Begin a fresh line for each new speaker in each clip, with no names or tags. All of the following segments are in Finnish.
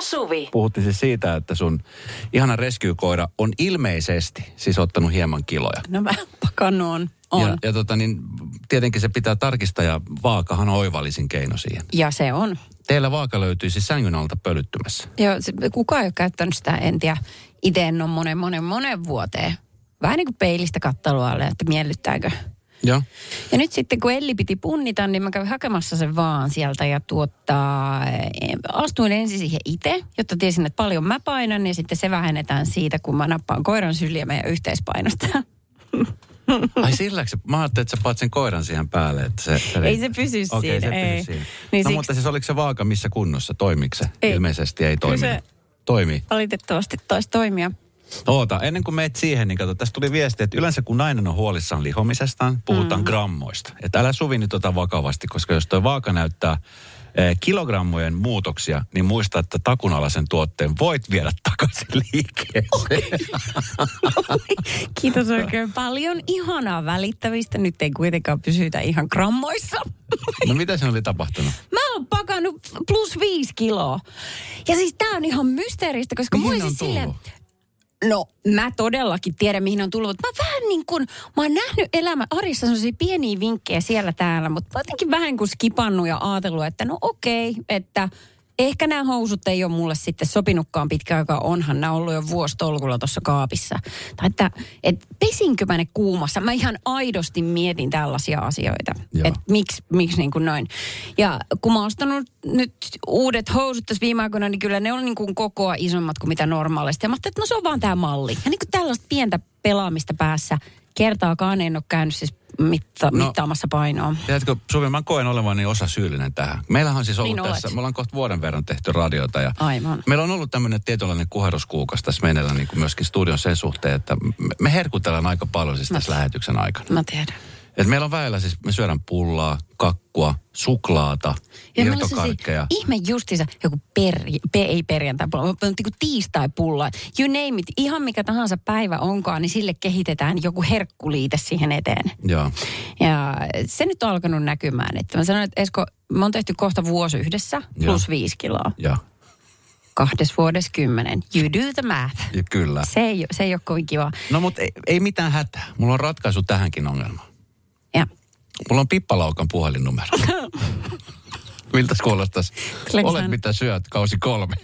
Suvi.
Puhuttiin siis siitä, että sun ihana rescue-koira on ilmeisesti siis ottanut hieman kiloja.
No vähän pakannut on. on.
Ja, ja tota, niin, tietenkin se pitää tarkistaa ja vaakahan on oivallisin keino siihen.
ja se on.
Teillä vaaka löytyy siis sängyn alta pölyttymässä.
Joo, se, kukaan ei ole käyttänyt sitä, en tiedä. Itse en ole monen, monen, monen vuoteen. Vähän niin kuin peilistä kattalualle, että miellyttääkö.
Joo.
Ja nyt sitten kun Elli piti punnita, niin mä kävin hakemassa sen vaan sieltä ja tuottaa, astuin ensin siihen itse, jotta tiesin, että paljon mä painan ja sitten se vähennetään siitä, kun mä nappaan koiran syliä meidän yhteispainosta.
Ai sillä se, mä ajattelin, että sä paat sen koiran siihen päälle. Että se,
Ei se pysy
Okei,
siinä,
se
ei.
pysy siinä.
Niin
no
siksi-
mutta siis oliko se vaaka missä kunnossa? Toimiko se?
Ei.
Ilmeisesti ei toimi.
se-
Toimii.
Valitettavasti taisi toimia.
Oota, ennen kuin meet siihen, niin kato, tässä tuli viesti, että yleensä kun nainen on huolissaan lihomisestaan, puhutaan mm. grammoista. Että älä suvi nyt tota vakavasti, koska jos tuo vaaka näyttää eh, kilogrammojen muutoksia, niin muista, että takunalaisen tuotteen voit viedä takaisin liikkeeseen. Okay.
Kiitos oikein paljon. Ihanaa välittävistä. Nyt ei kuitenkaan pysytä ihan grammoissa.
No mitä siinä oli tapahtunut?
Mä oon pakannut plus viisi kiloa. Ja siis tää on ihan mysteeristä, koska mä
Mihin
oon
on
siis silleen,
tullut?
No, mä todellakin tiedän, mihin on tullut. Mä vähän niin kuin, mä oon nähnyt elämä arissa sellaisia pieniä vinkkejä siellä täällä, mutta mä oon jotenkin vähän niin kuin skipannut ja ajatellut, että no okei, että ehkä nämä housut ei ole mulle sitten sopinutkaan pitkä aikaa. Onhan nämä ollut jo vuostolkulla tuossa kaapissa. Tai että, et pesinkö mä ne kuumassa? Mä ihan aidosti mietin tällaisia asioita.
Joo.
Et miksi, miksi niin kuin noin. Ja kun mä oon ostanut nyt uudet housut tässä viime aikoina, niin kyllä ne on niin kuin kokoa isommat kuin mitä normaalisti. Ja mä ajattelin, että no se on vaan tämä malli. Ja niin kuin tällaista pientä pelaamista päässä kertaakaan en ole käynyt siis mitta-
No.
no. mittaamassa painoa.
Tiedätkö, Suvi, mä koen olevani osa syyllinen tähän. Meillähän on siis ollut
Niin olet.
tässä, me ollaan kohta vuoden verran tehty radiota ja
Aivan.
meillä on ollut tämmöinen tietynlainen kuheruskuukas tässä meneillään niin kuin myöskin studion sen suhteen, että me- me herkutellaan aika paljon siis tässä lähetyksen aikana.
Mä tiedän.
Et meillä on väillä siis, me syödään pullaa, kakkua, suklaata,
Ja meillä on
irtokarkkeja.
sellaisia ihme justiinsa, joku per, pe, ei perjantai pulla, vaan niin kuin tiistaipulla. You name it, ihan mikä tahansa päivä onkaan, niin sille kehitetään joku herkkuliite siihen eteen.
Joo.
Ja se nyt on alkanut näkymään. Että mä sanoin, että Esko, me on tehty kohta vuosi yhdessä,
Joo.
plus viisi kiloa.
Ja,
Kahdes vuodessa kymmenen. You do the math.
ja kyllä.
Se ei, se ei ole kovin kiva.
No mutta ei, ei mitään hätää. Mulla on ratkaisu tähänkin ongelmaan.
Ja
Mulla on pippalaukan puhelinnumero. Miltäs kuulostas?
Tuleeko
Olet
hän-
mitä syöt, kausi kolme.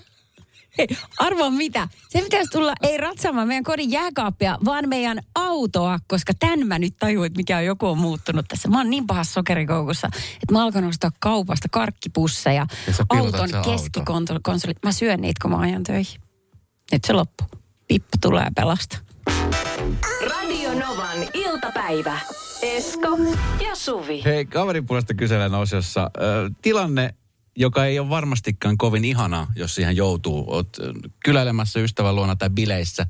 Hei, arvoa mitä? Se pitäisi tulla ei ratsaamaan meidän kodin jääkaappia, vaan meidän autoa, koska tämän mä nyt tajuin, että mikä on joku on muuttunut tässä. Mä oon niin pahassa sokerikoukussa, että mä alkan ostaa kaupasta karkkipusseja,
Ja sä piilotat
auton
sen auton.
keskikonsolit. Mä syön niitä, kun mä ajan töihin. Nyt se loppu. Pippu tulee pelasta.
Radio Novan iltapäivä. Esko ja Suvi.
Hei, kaverin puolesta kyselen osiossa. Ö, tilanne, joka ei ole varmastikaan kovin ihana, jos siihen joutuu. Oot ö, kyläilemässä ystävän luona tai bileissä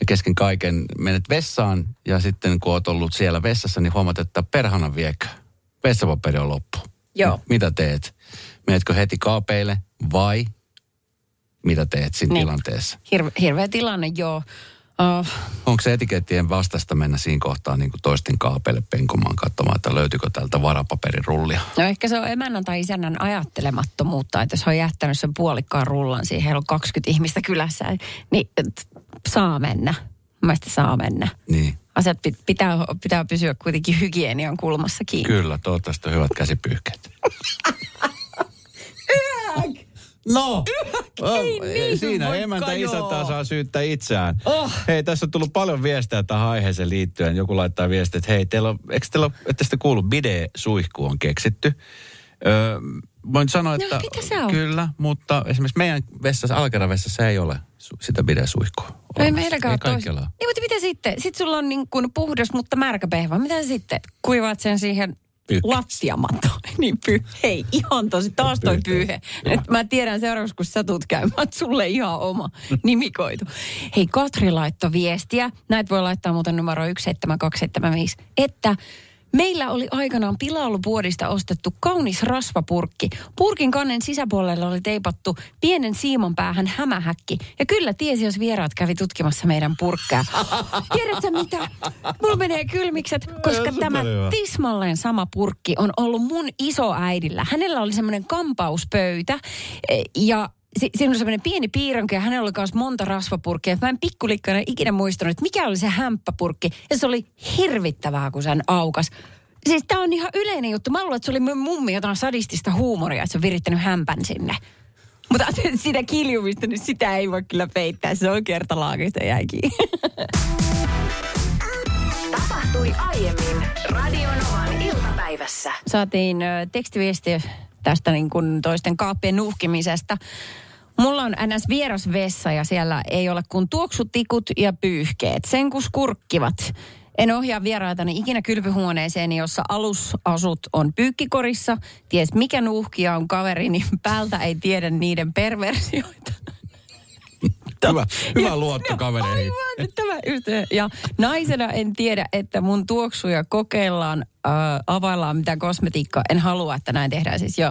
ja kesken kaiken menet vessaan ja sitten kun oot ollut siellä vessassa, niin huomaat, että perhana viekö. Vessapaperi on loppu.
Joo.
M- Mitä teet? Menetkö heti kaapeille vai mitä teet siinä
Niin.
tilanteessa?
Hirve, hirveä tilanne, joo. Uh,
Onko se etikettien vastasta mennä siinä kohtaa niin kuin toisten kaapeille penkomaan katsomaan, että löytyykö täältä varapaperirullia?
no ehkä se on emännän tai isännän ajattelemattomuutta, että jos on jättänyt sen puolikkaan rullan siihen, heillä on 20 ihmistä kylässä, niin et, saa mennä. Mun Mielestä saa mennä.
Niin.
Asiat pit- pitää, pitää pysyä kuitenkin hygienian kulmassa kiinni.
Kyllä, toivottavasti on hyvät käsipyyhkeet. No,
ei
Oh,
niin
siinä
voi
emäntä
kajoa.
isäntä saa syyttää itseään.
Oh.
Hei, tässä on tullut paljon viestejä tähän aiheeseen liittyen. Joku laittaa viestiä, että hei, teillä on, eikö teillä ole, ette sitä kuulu, bide-suihku on keksitty. Öö, voin sanoa,
No,
että
mitä se on?
kyllä, mutta esimerkiksi meidän vessassa, alkeravessassa ei ole su- sitä bide-suihkua.
No ei
olemassa.
meilläkään
ei
ole
kaikilla
toista.
ole.
Niin, mutta mitä sitten? Sitten sulla on niin kuin puhdas, mutta märkä pehva. Mitä sitten? Kuivaat sen siihen
Pyyhkeeseen.
lattiamattoon. niin py... Hei, ihan tosi. Taas toi pyyhe. Nyt mä tiedän seuraavaksi, kun sä tulet käymään. Sulle ihan oma nimikoitu. Hei, Katri laittoi viestiä. Näitä voi laittaa muuten numero 17275. Että Meillä oli aikanaan pilaulupuodista ostettu kaunis rasvapurkki. Purkin kannen sisäpuolelle oli teipattu pienen siimon päähän hämähäkki. Ja kyllä tiesi, jos vieraat kävi tutkimassa meidän purkkaa. Tiedätkö mitä? Mulla menee kylmikset, koska tämä tismalleen sama purkki on ollut mun isoäidillä. Hänellä oli semmoinen kampauspöytä eh, ja si- siinä oli semmoinen pieni piiranko ja hänellä oli myös monta rasvapurkkia. Mä en pikkulikkana ikinä muistanut, että mikä oli se hämppäpurkki. Ja se oli hirvittävää, kun sen aukas. Siis tää on ihan yleinen juttu. Mä luulen, että se oli mun mummi jotain sadistista huumoria, että se on virittänyt hämpän sinne. Mutta sitä kiljumista, niin sitä ei voi kyllä peittää. Se on kertalaakista jäikin.
Tapahtui aiemmin Radionovan iltapäivässä.
saatiin ö, tekstiviestiä tästä niin kuin toisten kaappien nuhkimisesta. Mulla on ns. vieras vessa ja siellä ei ole kuin tuoksutikut ja pyyhkeet. Sen kun skurkkivat. En ohjaa vieraitani ikinä kylpyhuoneeseen, jossa alusasut on pyykkikorissa. Ties mikä nuuhkia on kaveri, niin päältä ei tiedä niiden perversioita.
Hyvä, hyvä luotto kavereihin.
no, Aivan, tämä yhteen. Ja naisena en tiedä, että mun tuoksuja kokeillaan, äh, availlaan mitä kosmetiikkaa. En halua, että näin tehdään siis joo.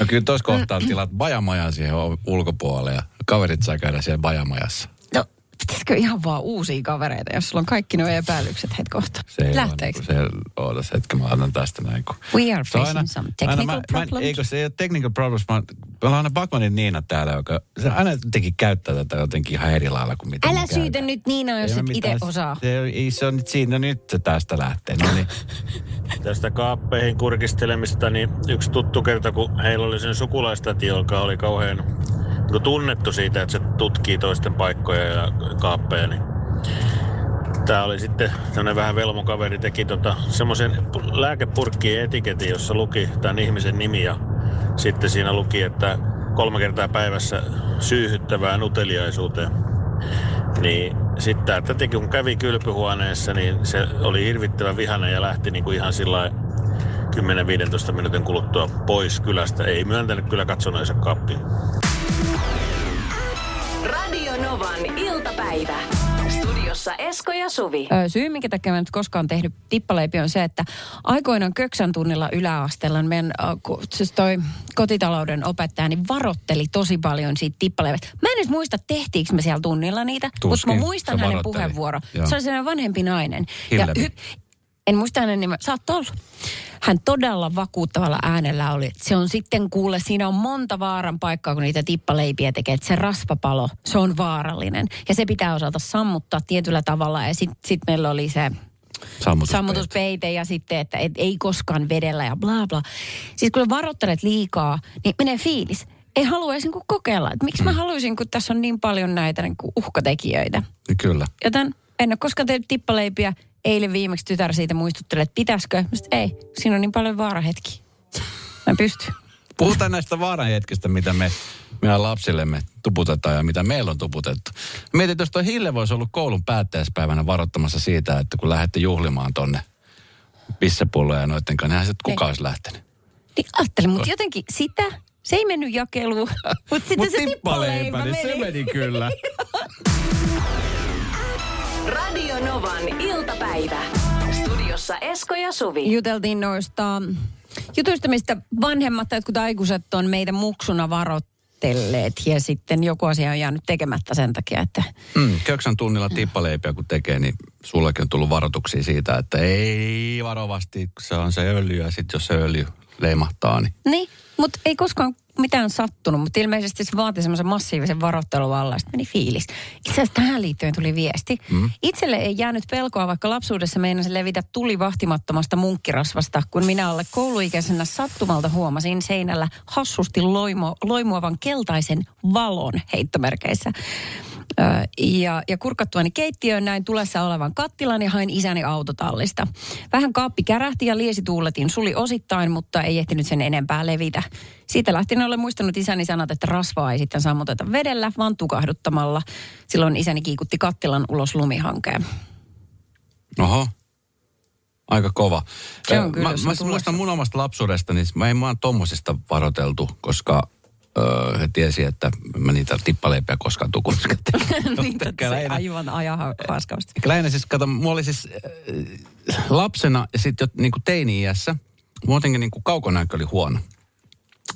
No kyllä tuossa kohtaa tilat bajamajan siihen o- ulkopuolelle ja kaverit saa käydä siellä bajamajassa.
No, pitäisikö ihan vaan uusia kavereita, jos sulla on kaikki nuo epäilykset heti kohta?
Se ei
Lähteekö?
Ole, niin kuin, se, ootas hetki, mä annan tästä näin. Kun...
We are
Se on
facing some technical
aina, mä, Mä,
problems.
en- eikö se ei ole technical problems, vaan meillä on aina Backmanin Niina täällä, joka se aina jotenkin käyttää tätä jotenkin ihan eri lailla kuin mitä
Älä
me
syytä
käytän.
nyt Niina, jos
Ei
et
mä
itse
mitään-
osaa.
Se, ei, se on nyt siinä, no nyt se tästä lähtee. No niin.
Tästä kaappeihin kurkistelemista, niin yksi tuttu kerta, kun heillä oli sen sukulaistati, joka oli kauhean kun tunnettu siitä, että se tutkii toisten paikkoja ja kaappeja, niin Tää oli sitten tämmönen vähän velmokaveri teki tota, semmoisen lääkepurkkien etiketin, jossa luki tämän ihmisen nimi ja sitten siinä luki, että kolme kertaa päivässä syyhyttävään uteliaisuuteen. Niin sitten tämä täti kun kävi kylpyhuoneessa, niin se oli hirvittävän vihana ja lähti niinku ihan sillä 10-15 minuutin kuluttua pois kylästä. Ei myöntänyt kyllä katsoneensa kaappiin.
Radionovan iltapäivä. Studiossa Esko ja Suvi.
Ö, Syy, minkä takia mä en nyt koskaan tehnyt tippaleipi on se, että aikoinaan köksän tunnilla yläasteella niin meidän ö, ku- siis toi kotitalouden opettaja niin varotteli tosi paljon siitä tippaleivästä. Mä en edes muista, tehtiinkö me siellä tunnilla niitä, mutta mä
Tuskin
muistan
se
hänen
varotteli.
puheenvuoron.
Joo.
Se oli sellainen vanhempi nainen.
Hillary.
en muista hänen nimeä, sä oot ollut. Hän todella vakuuttavalla äänellä oli. että Se on sitten kuule, siinä on monta vaaran paikkaa, kun niitä tippaleipiä tekee. Että se rasvapalo, se on vaarallinen. Ja se pitää osata sammuttaa tietyllä tavalla. Ja sitten sit meillä oli se
Sammutus.
sammutuspeite ja sitten, että et, ei koskaan vedellä ja bla bla. Siis kun varoittelet liikaa, niin menee fiilis. Ei halua edes niinku kokeilla. Et miksi mä haluaisin, kun tässä on niin paljon näitä niinku uhkatekijöitä.
Kyllä.
Joten en ole koskaan tehnyt tippaleipiä. Eilen viimeksi tytär siitä muistutteli, että pitäisikö. Mä sanoin, että ei, siinä on niin paljon vaarahetki. Mä en pysty.
Puhutaan näistä vaaranhetkistä, mitä me meidän lapsillemme tuputetaan ja mitä meillä on tuputettu. Mietin, että jos toi Hille voisi ollut koulun päättäjäispäivänä varoittamassa siitä, että kun lähdette juhlimaan tonne pissepulloja ja noitten kanssa, niin eihän se kukaan olisi lähtenyt.
Niin ajattelin, mutta jotenkin sitä, se ei mennyt jakeluun. Mutta sitten
Mut
se
tippaleipä,
tippaleipä
niin se meni kyllä.
Radionovan iltapäivä. Studiossa Esko ja Suvi.
juteltiin noista jutuista, mistä vanhemmat tai jotkut aikuiset on meitä muksuna varoitelleet ja sitten joku asia on jäänyt tekemättä sen takia, että
Mm, köksän tunnilla tippaleipiä kun tekee, niin sullekin on tullut varoituksia siitä, että ei varovasti, kun se on se öljy ja sitten jos se öljy leimahtaa, niin
niin, mutta ei koskaan mitään sattunut, mutta ilmeisesti se vaati semmoisen massiivisen varottelun alla, ja sitten meni fiilis. Itse asiassa tähän liittyen tuli viesti. Mm. Itselle ei jäänyt pelkoa, vaikka lapsuudessa meinasin levitä tuli vahtimattomasta munkkirasvasta, kun minä alle kouluikäisenä sattumalta huomasin seinällä hassusti loimo, loimuavan keltaisen valon heittomerkeissä. Ö, ja, ja kurkattuani keittiöön näin tulessa olevan kattilan ja hain isäni autotallista. Vähän kaappi kärähti ja liesi tuuletin suli osittain, mutta ei ehtinyt sen enempää levitä. Siitä lähtien olen muistanut isäni sanat, että rasvaa ei sitten sammuteta vedellä, vaan tukahduttamalla. Silloin isäni kiikutti kattilan ulos lumihankeen.
Oho. Aika kova.
Se on
Ö,
kyllä,
mä,
jos on
mä
tulossa.
muistan mun omasta lapsuudesta, niin mä en mä oon tommosista varoiteltu, koska ö, he tiesi, että mä niitä tippaleipiä koskaan tuu koskettamaan.
niin, totta, se
lähinnä-
aivan ajaha haaskausti.
Ehkä lähinnä siis, kato, mulla oli siis äh, lapsena ja sitten niin teini-iässä, mulla jotenkin niin kuin kaukonäkö oli huono.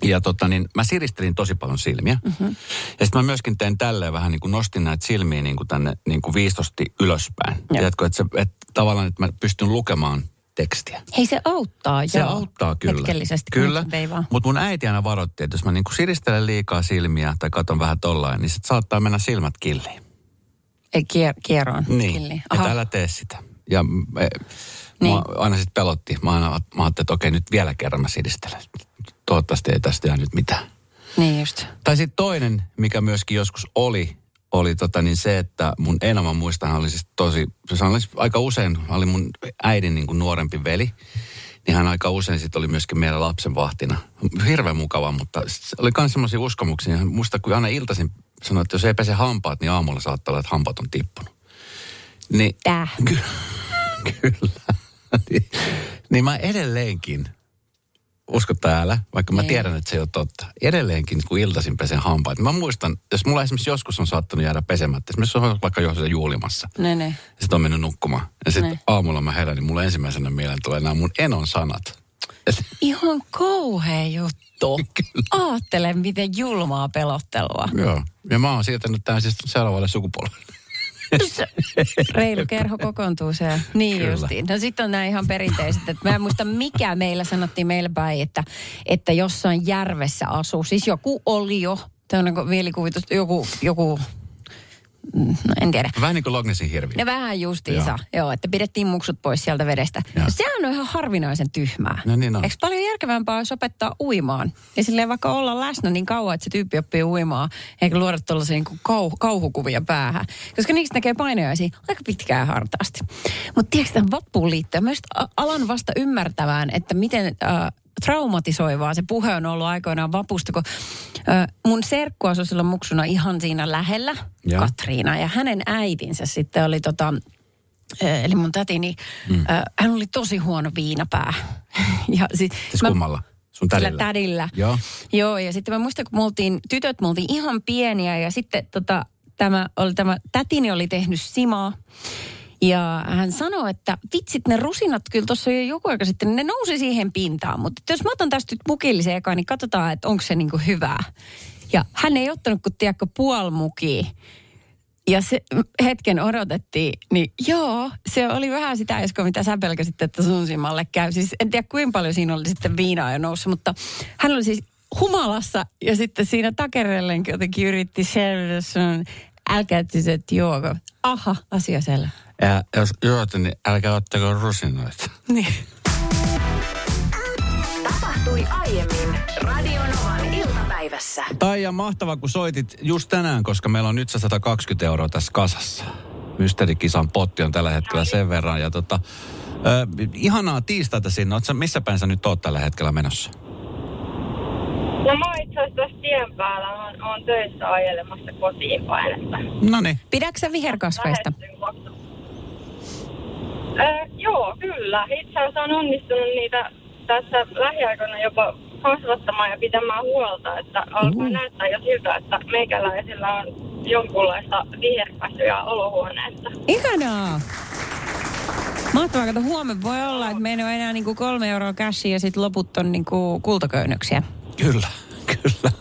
Ja tota niin, mä siristelin tosi paljon silmiä.
Mhm.
Mm-hmm. Ja sitten mä myöskin tein tälleen vähän niin kuin nostin näitä silmiä niinku niin kuin tänne niin kuin viistosti ylöspäin. Tiedätkö, että, se, että tavallaan että mä pystyn lukemaan tekstiä.
Hei, se auttaa.
Se
joo.
auttaa kyllä.
Hetkellisesti.
Kyllä,
Ei vaan.
mutta mun äiti aina varoitti, että jos mä niinku siristelen liikaa silmiä tai katon vähän tollain, niin sit saattaa mennä silmät killiin.
Ei, kier, kieroon.
Niin,
Killiin.
että
Aha.
älä tee sitä. Ja mm, e, mua aina sitten pelotti. Mä, aina, mä ajattelin, että okei, nyt vielä kerran mä siristelen. Toivottavasti ei tästä jää nyt mitään.
Niin just.
Tai sitten toinen, mikä myöskin joskus oli, oli tota niin se, että mun enemmän mä muistan, hän oli siis tosi, se oli aika usein, hän oli mun äidin niin kuin nuorempi veli, niin hän aika usein sitten oli myöskin meillä lapsen vahtina. Hirveän mukava, mutta se oli myös semmoisia uskomuksia. Hän muista, kun aina iltaisin sanoi, että jos ei pese hampaat, niin aamulla saattaa olla, että hampaat on tippunut. Niin,
Tää.
Kyllä. Niin- niin mä edelleenkin, usko täällä, vaikka mä
Niin.
tiedän, että se ei ole totta. Edelleenkin, kun iltaisin pesen hampaat. Mä muistan, jos mulla esimerkiksi joskus on saattanut jäädä pesemättä. Esimerkiksi on vaikka jossain juhlimassa.
Ne, ne.
Sitten on mennyt nukkumaan. Ja sitten
Niin.
aamulla mä herään, niin mulla ensimmäisenä mieleen tulee nämä mun enon sanat.
Ihan kauhea juttu. Aattele, miten julmaa pelottelua.
Joo. Ja mä oon siirtänyt tämän siis seuraavalle sukupolvelle.
Reilu kerho kokoontuu siellä. Niin
Kyllä.
Kyllä. justiin. No sitten on nämä ihan perinteiset. Että mä en muista mikä meillä sanottiin meillä päin, että, että jossain järvessä asuu. Siis joku oli jo. Tällainen kuin mielikuvitus. Joku, joku, mm, no en tiedä.
Vähän niin kuin Lognesin hirviö.
Ne vähän justiinsa,
Joo.
joo. joo, että pidettiin muksut pois sieltä vedestä.
Joo.
Joo. Sehän on ihan harvinaisen tyhmää.
No niin on.
Eikö paljon järkevämpää olisi opettaa uimaan? Ja silleen vaikka olla läsnä niin kauan, että se tyyppi oppii uimaan, eikä luoda tuollaisia niin kauh- kauhukuvia päähän. Koska niistä näkee painajaisia aika pitkään ja hartaasti. Mutta tiedätkö tämän vappuun liittyen? Mä just a- alan vasta ymmärtämään, että miten äh, traumatisoivaa se puhe on ollut aikoinaan vapusta, kun äh, mun serkku asui silloin muksuna ihan siinä lähellä,
Joo.
Kat- Katriina ja hänen äitinsä sitten oli tota, eh, eli mun tätini, mm. hän oli tosi huono viinapää. ja sit,
Siis kummalla? Sun
Sillä
tädillä?
tädillä.
Joo.
Joo, ja sitten mä muistan, kun me oltiin, tytöt me oltiin ihan pieniä ja sitten tota, tämä, oli, tämä tätini oli tehnyt simaa. Ja hän sanoi, että vitsit ne rusinat kyllä tuossa jo joku aika sitten, ne nousi siihen pintaan. Mutta että jos mä otan tästä nyt mukillisen eka, niin katsotaan, että onko se niinku hyvää. Ja hän ei ottanut kuin tiedätkö puoli mukia. Ja se hetken odotettiin, niin joo, se oli vähän sitä, josko mitä sä pelkäsit, että sun simalle käy. Siis en tiedä kuinka paljon siinä oli sitten viinaa jo noussut, mutta hän oli siis humalassa ja sitten siinä takerellen jotenkin yritti selvitä sun, älkää tytöt juoko. Aha, asia selvä.
Ja jos juotte, niin älkää ottako rusinoita.
Niin.
Tapahtui aiemmin Radionovan iltapäivässä.
Taija, mahtava kun soitit just tänään, koska meillä on nyt se 120 euroa tässä kasassa. Mysteerikisan potti on tällä hetkellä sen verran. Ja tota, äh, ihanaa tiistaita sinne. Oot sä, missä päin sä nyt oot tällä hetkellä menossa?
No mä oon itse asiassa tässä tien päällä. Mä oon, oon töissä ajelemassa kotiin päin. Että
No niin.
Pidätkö sä viherkasveista?
lähestyn kohta. Öö, joo, kyllä. Itse asiassa on onnistunut niitä tässä lähiaikoina jopa kasvattamaan ja pitämään huolta, että alkaa näyttää jo siltä, että meikäläisillä on jonkunlaista viherkasvia olohuoneessa.
Ihanaa! Mahtavaa, kato huomenna voi olla, että meillä on enää niinku kolme euroa cashia ja sitten loput on niinku kultaköynnöksiä.
Kyllä, kyllä.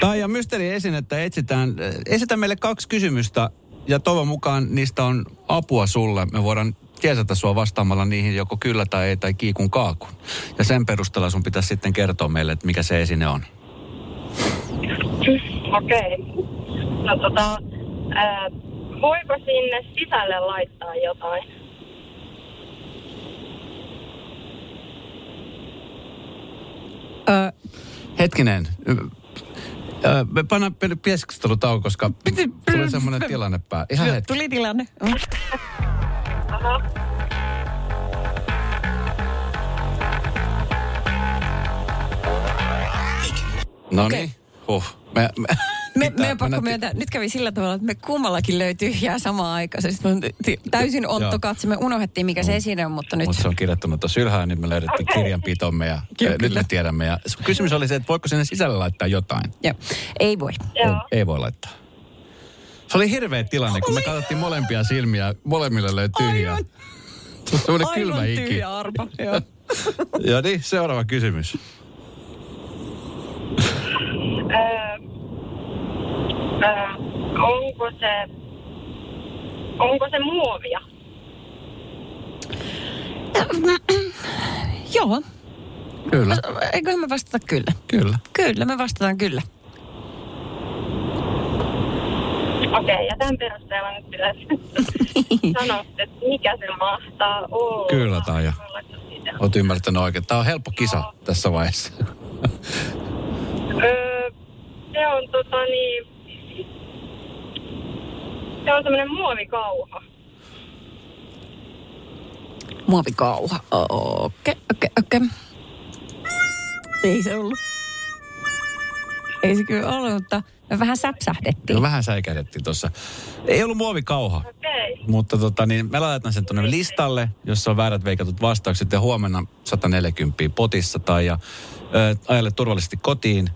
Taija, mysteeri esin, että etsitään, äh, esitä meille kaksi kysymystä ja toivon mukaan niistä on apua sulle. Me voidaan kiesätä sua vastaamalla niihin joko kyllä tai ei tai kiikun kaakun. Ja sen perusteella sun pitäisi sitten kertoa meille, että mikä se esine on.
Okei. No tota, öö, voiko sinne sisälle laittaa jotain?
Ö,
Hetkinen. Ö, ö, Me pannaan pieni pieskustelutauko, koska tulee semmoinen tilanne pää. Ihan hetki.
tuli tilanne. Mm.
Aha.
No niin. Huh. Me, me,
Me,
pitää
me on pakko
mennä-
myöntää, nyt kävi sillä tavalla, että me kummallakin löi tyhjää samaan aikaan. Siis mun ti- täysin
Joo.
ontto katse, me unohdettiin mikä se esine on, mutta nyt...
Mutta se on kirjoittanut tuossa ylhäällä, niin me löydettiin kirjanpitomme ja
Kyllä,
eh, nyt me
kyllä.
tiedämme. Ja sun kysymys oli se, että voiko sinne sisälle laittaa jotain.
Joo. Ei voi.
Joo.
Ei, ei voi laittaa. Se oli hirveä tilanne, kun me katsottiin molempia silmiä, molemmille löi tyhjää.
Aivan.
Se oli kylmä
Aivan
iki.
tyhjä arpa. Joo.
Ja niin, seuraava kysymys.
Öö, öö, onko se, onko se muovia?
Joo,
Kyllä,
eiköhän me vastata kyllä.
kyllä.
Kyllä, me vastataan kyllä.
Okei, okay, ja tämän perusteella nyt pitäisi sanoa, että mikä se mahtaa olla.
Kyllä, Taija. Oot ymmärtänyt oikein. Tämä on helppo kisa tässä vaiheessa.
Öö, se on tota niin... Se on semmoinen muovikauha.
Muovikauha. Okei, okei, okei. Ei se ollut. Ei se kyllä ollut, mutta me vähän säpsähdettiin.
Joo, vähän säikähdettiin tuossa. Ei ollut muovikauha.
Okei. Okay.
Mutta tota, niin me laitetaan sen tuonne listalle, jossa on väärät veikatut vastaukset ja huomenna 140 potissa tai ja, ö, ajalle turvallisesti kotiin.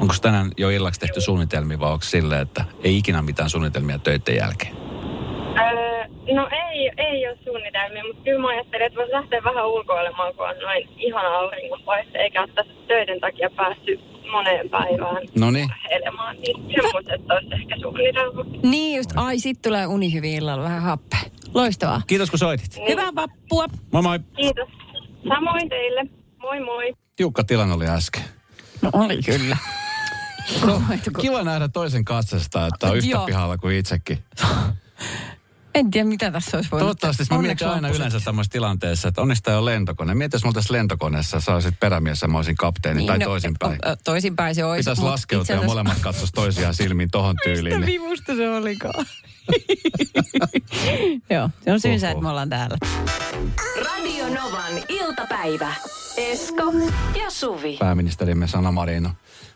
Onko tänään jo illaksi tehty suunnitelmia vai onko sille, että ei ikinä mitään suunnitelmia töiden jälkeen?
Öö, no ei, ei ole suunnitelmia, mutta kyllä mä ajattelin, että voisi lähteä vähän ulkoilemaan, kun on noin ihana auringonpaiste, eikä ole tässä töiden takia päässyt moneen päivään
Noniin.
urheilemaan. Niin semmoiset olisi ehkä suunnitelma.
Niin just, ai sit tulee uni hyvin illalla, vähän happea. Loistavaa.
Kiitos kun soitit.
Hyvää vappua.
Moi moi.
Kiitos. Samoin teille. Moi moi.
Tiukka tilanne oli äsken. No,
No oli kyllä.
Kiva nähdä toisen katsasta, että on yhtä
Joo.
pihalla kuin itsekin.
en tiedä, mitä tässä olisi voinut.
Toivottavasti mä
Onneksi
mietin aina
loppu se.
yleensä tämmöisessä tilanteessa, että onneksi tämä on lentokone. Mietin, jos me oltaisiin lentokoneessa, sä olisit perämies ja mä olisin kapteeni niin, tai toisinpäin.
ö, ö, no, Toisinpäin se olisi.
Pitäisi
mut
laskeutua
itse
ja
asiassa-
molemmat katsoisi toisiaan silmiin tohon tyyliin.
Mistä
Niin.
vivusta se olikaan? Joo, se on syynsä, että me ollaan täällä.
Radio Novan iltapäivä. Esko ja Suvi.
Pääministerimme Sanna Marino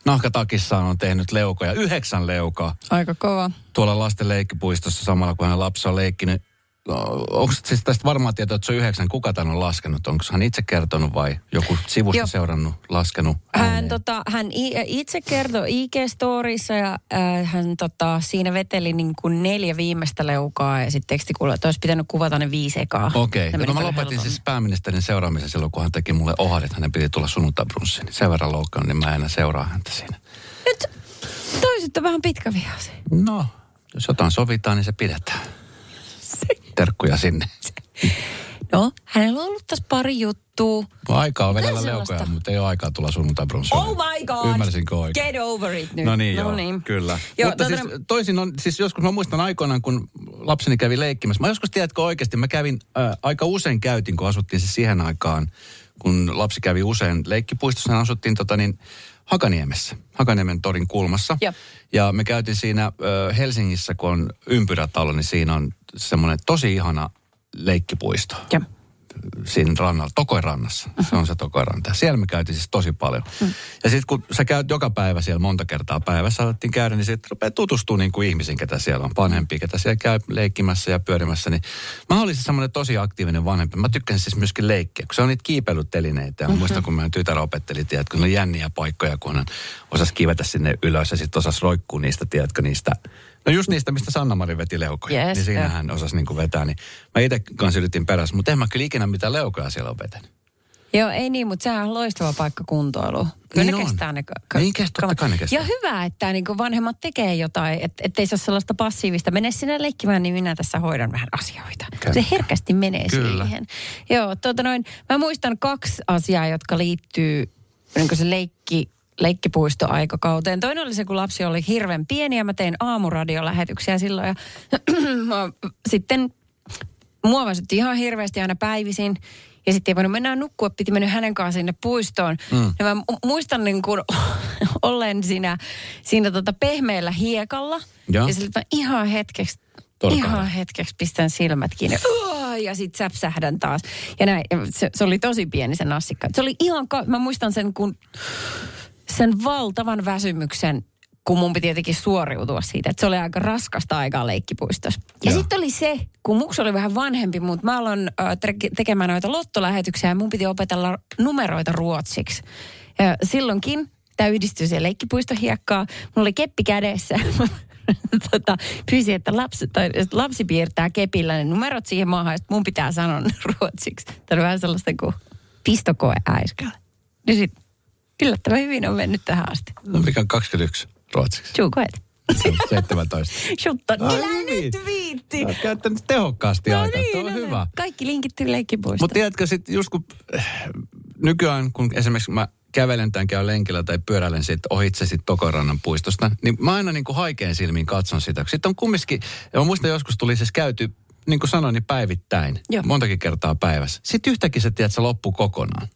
nahkatakissaan on tehnyt leukoja, yhdeksän leukaa.
Aika kova.
tuolla lasten leikkipuistossa samalla, kun hänen lapsi on leikkinyt. Onko siis tästä varmaan tietoa, että se on yhdeksän, kuka tämän on laskenut? Onko hän itse kertonut vai joku sivusta
Joo.
seurannut, laskenut?
Hän,
ääneen?
tota, hän i- itse kertoi IG-storissa ja äh, hän tota, siinä veteli niin kuin neljä viimeistä leukaa ja sitten tekstikuulla, että olisi pitänyt kuvata ne viisi ekaa.
Okei,
Ne
okay.
meni
no mä
paljon
lopetin
helpommin.
siis pääministerin seuraamisen silloin, kun hän teki mulle ohat, että hänen piti tulla sunnuntabrunssiin. Niin Sen verran loukkaan, niin mä en enää seuraa häntä siinä.
Nyt toiset on vähän pitkävihaisia.
No, jos jotain sovitaan, niin se pidetään. Terkkuja sinne.
No, hänellä on ollut tässä pari juttua.
Aikaa on vedellä
Mitään
leukoja,
sellaista?
mutta ei ole aikaa tulla sunnuntabrunssiin.
Oh my god!
Ymmärsinkö oikein?
Get over it nyt.
No niin, joo, kyllä.
Joo,
Mutta
tota,
siis toisin on, siis joskus mä muistan aikoinaan, kun lapseni kävi leikkimässä. Mä joskus, tiedätkö oikeasti, mä kävin, äh, aika usein käytin, kun asuttiin siis siihen aikaan, kun lapsi kävi usein leikkipuistossa, niin asuttiin tota niin, Hakaniemessä, Hakaniemen torin kulmassa.
Joo.
Ja me käytiin siinä äh, Helsingissä, kun on ympyrätalo, niin siinä on semmoinen tosi ihana leikkipuisto
ja.
siinä rannalla, Tokoirannassa. Se on se Tokoiranta. Siellä me käytiin siis tosi paljon. Ja sitten kun sä käyt joka päivä siellä monta kertaa päivässä, alettiin käydä, niin sitten rupeaa tutustua niin kuin ihmisiin, ketä siellä on, vanhempia, ketä siellä käy leikkimässä ja pyörimässä. Niin mä olin siis semmoinen tosi aktiivinen vanhempi. Mä tykkäsin siis myöskin leikkiä, kun se on niitä kiipeilytelineitä. Ja mä muistan, kun meidän tytär opetteli, tiedätkö, ne oli jänniä paikkoja, kun hän osasi kivetä sinne ylös ja sitten osasi roikkuu niistä, tiedätkö, niistä No just niistä, mistä Sanna-Mari veti leukoja.
Yes,
niin siinä
joo.
hän osasi niin kuin vetää, niin mä itse kanssa yritin perässä, mutta en mä kyllä ikinä mitään leukaa siellä ole vetänyt.
Joo, ei niin, mutta sehän on loistava paikka kuntoilu. Kyllä
Niin
ne
on.
kestää ne ka-
Niin kestää, totta kai ne kestää.
Ja hyvä, että niin vanhemmat tekee jotain, et, ettei se ole sellaista passiivista. Mene sinä leikkimään, niin minä tässä hoidan vähän asioita.
Kyllä.
Se herkästi menee
Kyllä.
siihen. Joo, tuota noin, mä muistan kaksi asiaa, jotka liittyy niin se leikki, leikkipuistoaikakauteen. Toinen oli se, kun lapsi oli hirveän pieni ja mä tein aamuradiolähetyksiä silloin. Ja mä sitten mua väsytti ihan hirveästi aina päivisin. Ja sitten ei voinut mennä nukkua, piti mennä hänen kanssaan sinne puistoon. Mm. Ja mä mu- muistan niin kuin ollen siinä, siinä tota pehmeällä hiekalla.
Joo.
Ja, ja sitten mä ihan hetkeksi,
Torkahdan.
ihan hetkeksi pistän silmät kiinni. Uah, Ja sitten säpsähdän taas. Ja näin, Ja se, se, oli tosi pieni se nassikka. Se oli ihan, ka- mä muistan sen, kun sen valtavan väsymyksen, kun mun piti jotenkin suoriutua siitä. Että se oli aika raskasta aikaa leikkipuistossa. Ja
Joo.
sitten oli se, kun muks oli vähän vanhempi, mutta mä aloin ö, tre- tekemään noita lottolähetyksiä ja mun piti opetella numeroita ruotsiksi. Ja silloinkin tämä yhdistyi siihen leikkipuistohiekkaan. Mulla oli keppi kädessä. tota, pyysin, että lapsi, tai lapsi piirtää kepillä ne numerot siihen maahan, että mun pitää sanoa ne ruotsiksi. Tämä oli vähän sellaista kuin pistokoe äiskällä. Niin sit yllättävän hyvin on mennyt tähän asti.
No mikä on 21 ruotsiksi?
Tjukoet.
17.
Sutta,
Ai
älä
niin.
nyt viitti.
Sä oot käyttänyt tehokkaasti
No
aikaa. Tuo on
no
hyvä.
Kaikki linkitty leikkipuisto.
Mutta tiedätkö sitten, just kun äh, nykyään, kun esimerkiksi mä kävelen tämän käyn lenkillä tai pyöräilen sit ohitse sit Tokorannan puistosta, niin mä aina niin kuin haikeen silmiin katson sitä. Sitten on kumminkin, ja mä muistan joskus tuli siis käyty, niin kuin sanoin, niin päivittäin.
Joo.
Montakin kertaa päivässä. Sitten yhtäkkiä se, tiedät, se loppu kokonaan.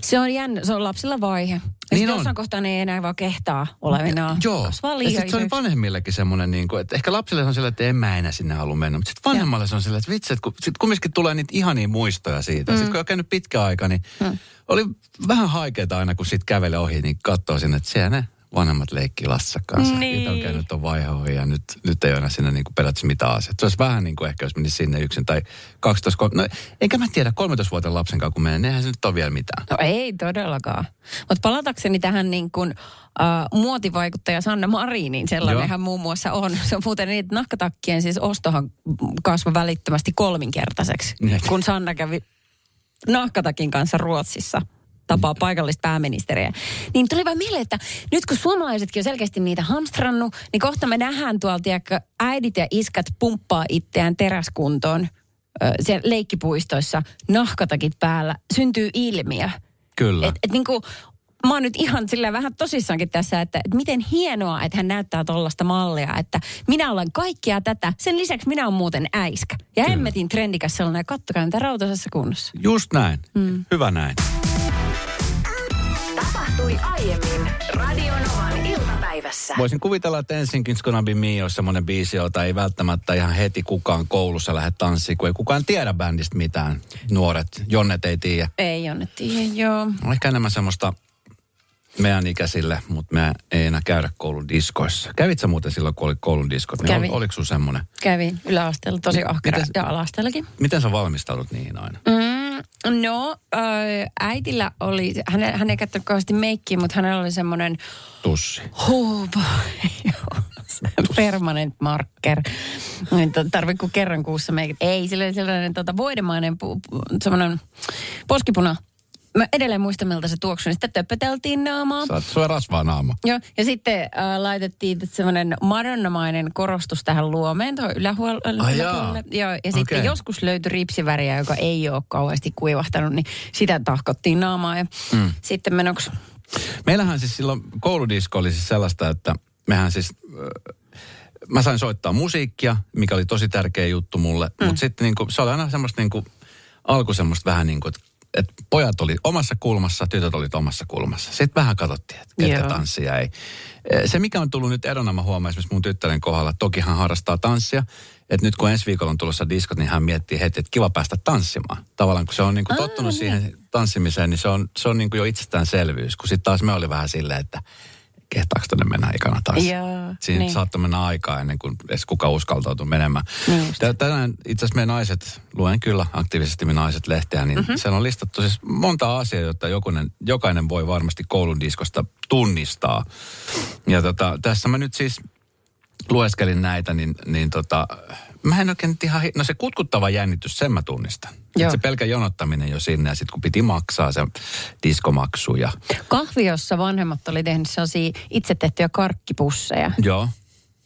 Se on jännä, se on lapsilla vaihe. Ja niin sitten
on.
jossain kohtaa ne ei enää vaan kehtaa olevinaan.
Joo.
Kasvaa
ja
liian
sitten se on
isoiksi.
vanhemmillekin semmoinen, niin kuin, että ehkä lapsille se on sillä, että en mä enää sinne halua mennä. Mutta sitten vanhemmalle se on sillä, että vitsi, että kun, sit kumminkin tulee niitä ihania muistoja siitä. Mm. Sitten kun on käynyt pitkä aika, niin mm. oli vähän haikeita aina, kun sitten kävelee ohi, niin katsoo sinne, että siellä ne vanhemmat leikkii Lassa kanssa.
Niin.
Niitä on käynyt on vaihe ohi ja nyt, nyt ei ole enää siinä niin pelätys mitään asiaa. Se olisi vähän niin kuin ehkä, jos menisi sinne yksin tai 12, kol- no enkä mä tiedä, 13-vuotiaan lapsen kanssa kun menen, niin eihän se nyt ole vielä mitään.
No ei todellakaan. Mutta palatakseni tähän niin kuin, äh, muotivaikuttaja Sanna Marinin, sellainen
Joo.
hän muun muassa on. Se on muuten niin, että nahkatakkien siis ostohan kasvoi välittömästi kolminkertaiseksi,
Niin.
kun Sanna kävi nahkatakin kanssa Ruotsissa tapaa paikallista pääministeriä. Niin tuli vaan mieleen, että nyt kun suomalaisetkin on selkeästi niitä hamstrannut, niin kohta me nähdään tuolta, tiedätkö, äidit ja iskat pumppaa itseään teräskuntoon ö, siellä leikkipuistoissa, nahkatakit päällä, syntyy ilmiö.
Kyllä.
Et, et niinku, mä oon nyt ihan sillä vähän tosissaankin tässä, että et miten hienoa, että hän näyttää tollasta mallia, että minä olen kaikkea tätä. Sen lisäksi minä olen muuten äiskä. Ja hemmetin trendikäs sellainen, kattokaa mitä rautasessa kunnossa.
Just näin. Mm. Hyvä näin.
Tapahtui aiemmin Radio Novan iltapäivässä.
Voisin kuvitella, että ensinkin It's Gonna Be Me olisi semmoinen biisi, jota ei välttämättä ihan heti kukaan koulussa lähde tanssiin, kun ei kukaan tiedä bändistä mitään. Nuoret, jonnet ei tiedä.
Ei jonne tiedä, joo.
On ehkä enemmän semmoista meidän ikäisille, mutta me ei enää käydä koulun diskoissa. Kävit sä muuten silloin, kun oli koulun diskot? Niin
Kävin.
ol, oliko sun semmoinen?
Kävin yläasteella tosi ahkera
mitäs-
ja alasteellakin.
Miten sä valmistaudut niihin aina?
Mm, no, ö, äitillä oli, hän, hän ei käyttänyt kauheasti meikkiä, mutta hänellä oli semmoinen
Tussi.
Huupa. Permanent marker. Niin, to- Tarvii kuin kerran kuussa meikit. Ei, sillä oli sellainen tota, voidemainen pu, pu, semmoinen poskipuna. Mä edelleen muistan, miltä se tuoksui. niin Sitten töpöteltiin naamaa.
Sä oot sua rasvaa naama.
Joo, ja sitten äh, laitettiin semmoinen madonnamainen korostus tähän luomeen, tuohon ylähuol-
Ai
yläpuolelle. Joo, ja sitten
Okei.
joskus löytyi ripsiväriä, joka ei ole kauheasti kuivahtanut, niin sitä tahkottiin naamaa. Ja mm. sitten menoksi
Meillähän siis silloin kouludisko oli siis sellaista, että mehän siis... äh, Mä sain soittaa musiikkia, mikä oli tosi tärkeä juttu mulle. Mm. Mutta sitten niinku, se oli aina semmoista niinku, alku semmoista vähän niin kuin, että pojat oli omassa kulmassa, tytöt oli omassa kulmassa. Sitten vähän katsottiin, että ketkä
Joo.
tanssia ei. Eh, Se, mikä on tullut nyt erona, mä huomaan esimerkiksi mun tyttären kohdalla, toki hän harrastaa tanssia. Että nyt kun ensi viikolla on tulossa diskot, niin hän miettii heti, että kiva päästä tanssimaan. Tavallaan kun se on niinku tottunut siihen tanssimiseen, niin se on, se on niinku jo itsestäänselvyys. Kun sitten taas me oli vähän silleen, että kehtaako tänne mennä ikana tanssia.
Joo,
Siinä
niin.
saattoi mennä aikaa ennen kuin edes kuka uskaltautui menemään.
Niin just.
Tää- Tänään itse asiassa me naiset, luen kyllä aktiivisesti me naiset lehteä, niin
Mhm.
mm-hmm. siellä on listattu siis monta asiaa, jotta jokunen, jokainen voi varmasti koulun diskosta tunnistaa. Ja tota, tässä mä nyt siis lueskelin näitä, niin, niin tota, mä en oikein nyt ihan, hi- no se kutkuttava jännitys, sen mä tunnistan.
Joo.
Joo. Se pelkä jonottaminen jo sinne ja sitten kun piti maksaa se diskomaksu ja
Kahviossa vanhemmat oli tehnyt sellaisia itse tehtyjä karkkipusseja.
joo.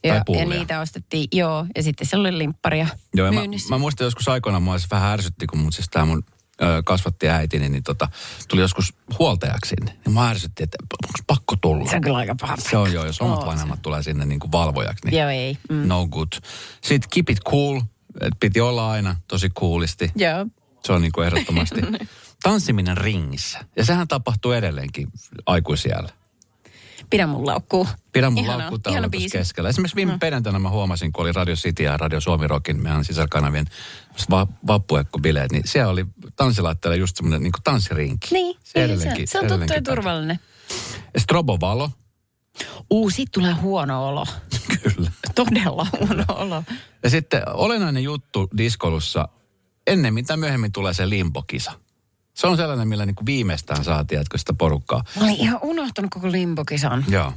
Ja,
tai pullia.
ja niitä ostettiin, joo, ja sitten siellä oli limpparia
Joo, ja mä,
myynnissä.
mä muistan joskus aikoinaan mua siis vähän ärsytti, kun mun, siis tää mun ö, kasvatti äitini, niin tota, tuli joskus huoltajaksi sinne. Ja mä ärsytti, että onko pakko tulla?
Se on kyllä aika paha.
Se on joo, jos
Oo,
omat
se-
vanhemmat tulee sinne niin kuin valvojaksi, niin
Joo, ei. Mm.
no good. Sitten keep it cool, että piti olla aina tosi coolisti.
Joo.
Se on niin kuin ehdottomasti. Tanssiminen ringissä. Ja sehän tapahtuu edelleenkin aikuisiellä.
Pidä mun laukkuu.
Pidä mun
Ihanaa, ihana
laukkutalletus
biisi.
keskellä. Esimerkiksi viime mm. perjantaina mä huomasin, kun oli Radio City ja Radio Suomi Rockin, mehän sisarkanavien va- vappuekkobileet, niin siellä oli tanssilaitteella just semmoinen niin tanssirinki.
Niin, niin se,
edelleenkin-
se on tuttu ja
edelleenkin
turvallinen.
pätee. Strobovalo.
Uu, sit tulee huono olo.
Kyllä.
Todella huono olo.
Ja sitten olennainen juttu diskolussa, ennen mitä myöhemmin tulee se limbokisa. Se on sellainen, millä niin kuin viimeistään saatiin, että sitä porukkaa.
Mä olin ihan unohtanut koko limbokisan.
Joo.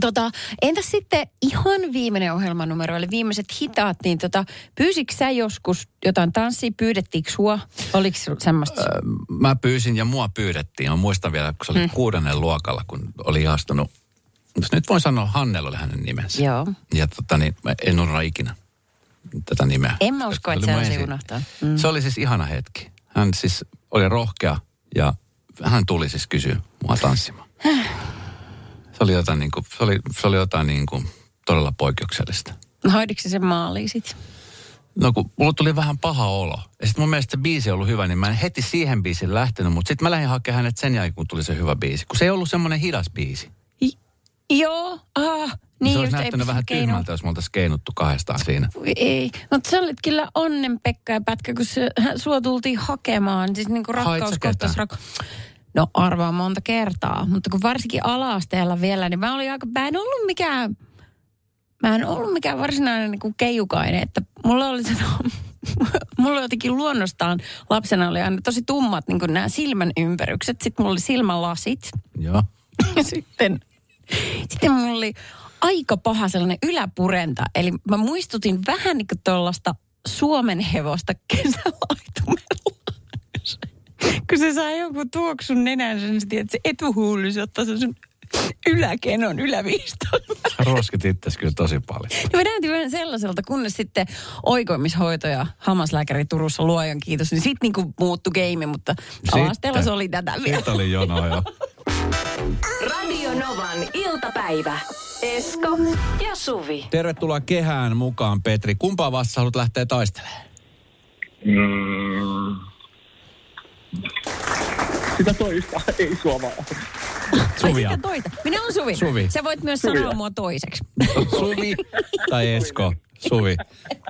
Tota, entäs sitten ihan viimeinen ohjelmanumero, eli viimeiset hitaat, niin tota, pyysikö sä joskus jotain tanssia, pyydettiinkö sua? Oliko sul semmoista?
Öö,
Äh,
mä pyysin ja mua pyydettiin. Mä muistan vielä, kun se oli hmm. kuudennen luokalla, kun oli astunut Jos nyt voin sanoa, Hannella oli hänen nimensä.
Joo.
Ja tota niin, mä en unohda ikinä tätä nimeä.
En mä usko,
Se
että
oli mun
sellaisia
ensi-
unohtaa.
Mm. Se oli siis ihana hetki. Hän siis oli rohkea ja hän tuli siis kysyä mua tanssimaan. Se oli jotain, niin kuin, se oli, se oli jotain niin kuin todella poikkeuksellista.
No hoiditko sä sen maaliin sit?
No kun mulla tuli vähän paha olo. Ja sitten mun mielestä se biisi ei ollut hyvä, niin mä en heti siihen biisin lähtenyt. Mutta sitten mä lähdin hakemaan hänet sen jälkeen, kun tuli se hyvä biisi. Kun se ei ollut semmoinen hidas biisi.
I- joo, ah,
Niin
niin
se olisi
just, ei
näyttänyt
pysty
vähän
keinoa.
tyhmältä, jos me oltaisiin keinuttu kahdestaan siinä.
Voi ei, mutta sä olit kyllä onnen Pekka ja Pätkä, kun se, hän, sua tultiin hakemaan. Siis niinku
Hait sä
rakkaus kohtas
ketään?
rak... No arvaa monta kertaa, mutta kun varsinkin ala-asteella vielä, niin mä, olin aika, mä en ollut mikään, mä en ollut mikään varsinainen niinku keijukainen, että mulla oli se, mulla jotenkin luonnostaan lapsena oli aina tosi tummat niinku nämä silmän ympärykset, sitten mulla oli silmälasit.
Joo.
Ja sitten, sitten mulla oli aika paha sellainen yläpurenta. Eli mä muistutin vähän niin kuin tuollaista Suomen hevosta kesälaitumella. Kun se saa joku tuoksun nenänsä, niin se tiedät, se etuhuuli, se ottaa sen sun yläkenon yläviiston.
Sä roskit itses kyllä tosi paljon.
Ja mä näytin vähän sellaiselta, kunnes sitten oikoimishoitoja hammaslääkäri Turussa luojan kiitos, niin sitten niinku muuttui game, mutta ala se oli tätä vielä.
Sitten oli jono jo.
Radio Novan iltapäivä. Esko ja Suvi.
Tervetuloa kehään mukaan, Petri. Kumpaa vasta haluat lähteä taistelemaan?
Mm. Sitä toista, ei suomaa.
Ai
Suvia.
sitten toita. Minä olen Suvi.
Suvi.
Sä voit myös sanoa mua toiseksi.
Suvi tai Esko? Suvi.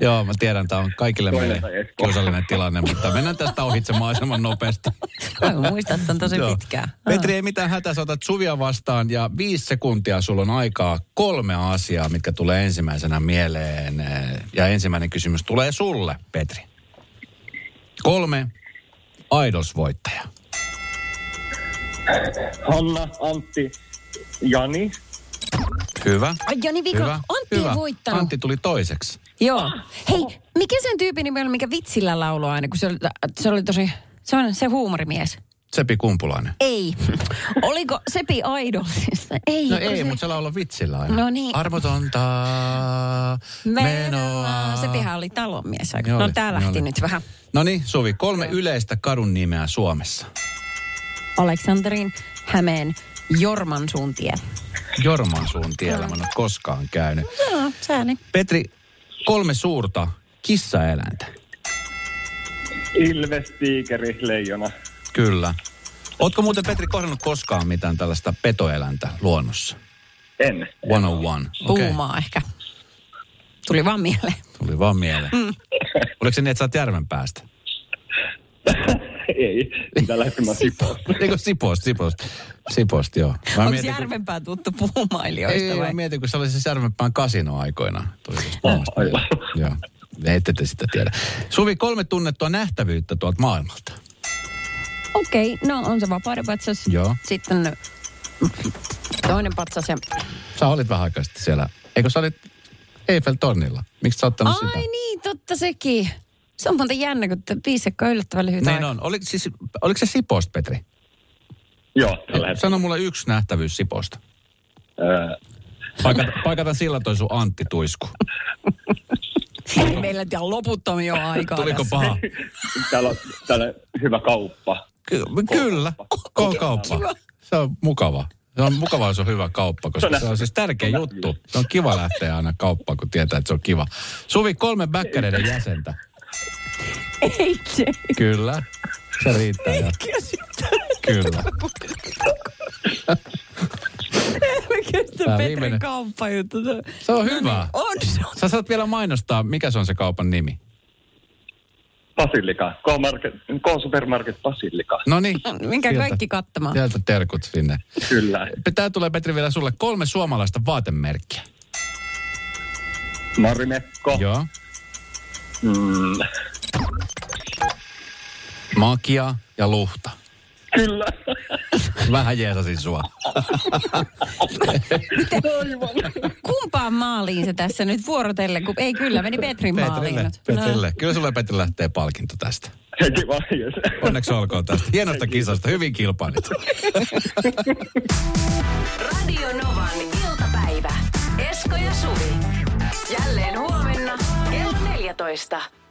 Joo, mä tiedän, tämä on kaikille
Toinen
meille
tai Esko.
kiusallinen tilanne, mutta mennään tästä ohitse mahdollisimman nopeasti.
Mä muistan, että on tosi
Joo.
pitkää.
Petri, ei mitään hätää, sä otat Suvia vastaan ja viisi sekuntia sulla on aikaa. Kolme asiaa, mitkä tulee ensimmäisenä mieleen. Eh, Ja ensimmäinen kysymys tulee sulle, Petri. Kolme aidosvoittaja.
Hanna, Antti, Jani.
Hyvä.
Ai Jani Vika,
Hyvä.
Antti ei
Hyvä.
voittanut.
Antti tuli toiseksi.
Joo. Hei, mikä sen tyypin nimi oli, mikä vitsillä lauloi aina, kun se, oli- se oli tosi, se on se huumorimies.
Sepi Kumpulainen.
Ei. Oliko Sepi siis? Aidolsissa? Ei.
No
kun
ei,
se...
mutta se laulaa vitsillä aina.
No niin.
Armotonta menoa.
Sepihän oli talonmies. aika-
Niin
No
oli,
tää
niin
lähti
oli.
nyt vähän.
No niin, Suvi, kolme yleistä kadun nimeä Suomessa.
Aleksanterin, Hämeen, Jorman suuntie.
Jormansuun tiellä mä en ole koskaan käynyt.
Joo, sääli.
Petri, kolme suurta kissaeläintä.
Ilves, tiikeri, leijona.
Kyllä. Ootko muuten, Petri, kohdannut koskaan mitään tällaista petoeläintä luonnossa?
En.
101. Okei.
Puumaa ehkä. Tuli vaan mieleen.
Tuli vaan mieleen. Oliko se niin, että sä oot järven päästä?
ei, sitä lähtemään sipoon.
Eikö Siposta, Siposta. Siposta, joo. Mä
Onko
mietin, kun-
Järvenpää tuttu
Ei,
puumailijoista
ei,
vai?
mä mietin, kun se oli se Särvenpään kasino aikoinaan. Tuli just
Oh,
maailmasta
aivan.
mieleen. Joo, ette te sitä tiedä. Suvi, kolme tunnettua nähtävyyttä tuolta maailmalta.
Okei, no on se vapauden patsas.
Joo.
Sitten toinen patsas ja...
Sä olit vähän aikaa sitten siellä. Eikö sä olit Eiffel-tornilla? Miksi sä ottanut sitä?
Ai niin, totta sekin. Se on muuten jännä, kun t- viisikko on yllättävän lyhyt
Niin
aika.
on. Oliko, siis, oliko se Siposta, Petri?
Joo, tällä hetkellä.
Sano mulle yksi nähtävyys Siposta.
Öö,
Paikata, paikata sillä toi sun Antti Tuisku.
Ei meillä tiedä loputtomia ole aikaa
Tuliko
tässä.
paha?
täällä on täällä hyvä kauppa.
Ky- kyllä. Koko kauppa. Se on mukava. Se on mukava, jos on hyvä kauppa, koska se on siis tärkeä juttu. Se on kiva lähteä aina kauppaan, kun tietää, että se on kiva. Suvi kolme bäkkäreiden jäsentä.
Ei se.
Kyllä. Se riittää jo. Kyllä. Tää
Kestä
viimeinen.
Petrin kauppajuttu.
Se on hyvä.
On se. on.
Sä saat vielä mainostaa, mikä se on se kaupan nimi.
Basilika. K-market, K-supermarket Basilika.
No niin.
Minkä
Sieltä-
kaikki kattamaan.
Sieltä terkut sinne.
Kyllä.
Tää tulee Petri vielä sulle kolme suomalaista vaatemerkkiä.
Marimekko.
Joo.
Mm,
Makia ja luhta.
kyllä.
Vähän jeesasin sua.
Kumpaan maaliin se tässä nyt vuorotellen, kun ei kyllä, meni Petrin maaliin.
Petrille,
nyt.
Petrille. Kyllä sulle Petri lähtee palkinto tästä.
Heti vaiheessa.
Onneksi olkoon tästä. Hienosta kisasta. Hyvin kilpailit.
Radio Novan iltapäivä. Esko ja Suvi. Jälleen huomenna kello 14.